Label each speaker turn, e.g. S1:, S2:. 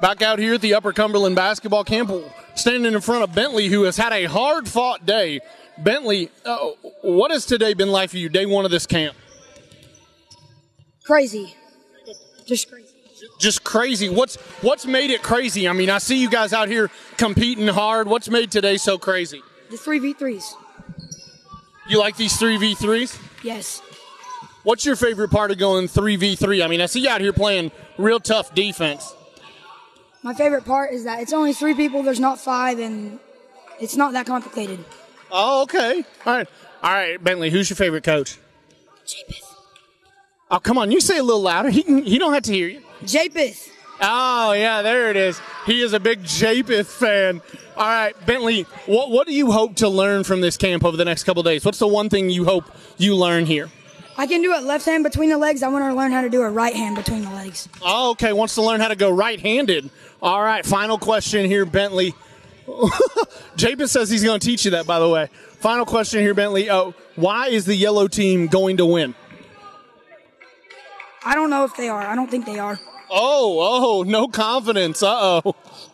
S1: back out here at the Upper Cumberland Basketball Camp, standing in front of Bentley, who has had a hard fought day. Bentley, uh, what has today been like for you, day one of this camp?
S2: Crazy. Just crazy.
S1: Just crazy. What's what's made it crazy? I mean, I see you guys out here competing hard. What's made today so crazy?
S2: The 3v3s.
S1: You like these 3v3s?
S2: Yes.
S1: What's your favorite part of going 3v3? I mean, I see you out here playing real tough defense.
S2: My favorite part is that it's only three people, there's not five, and it's not that complicated.
S1: Oh, okay. All right. All right, Bentley, who's your favorite coach?
S2: Japeth.
S1: Oh, come on, you say it a little louder. He can, he don't have to hear you.
S2: Japeth.
S1: Oh, yeah, there it is. He is a big Japeth fan. All right, Bentley, what, what do you hope to learn from this camp over the next couple days? What's the one thing you hope you learn here?
S2: I can do it left hand between the legs. I want to learn how to do a right hand between the legs.
S1: Oh, okay, wants to learn how to go right handed. All right, final question here, Bentley. Japeth says he's going to teach you that, by the way. Final question here, Bentley. Oh, why is the yellow team going to win?
S2: I don't know if they are. I don't think they are.
S1: Oh, oh, no confidence. Uh oh.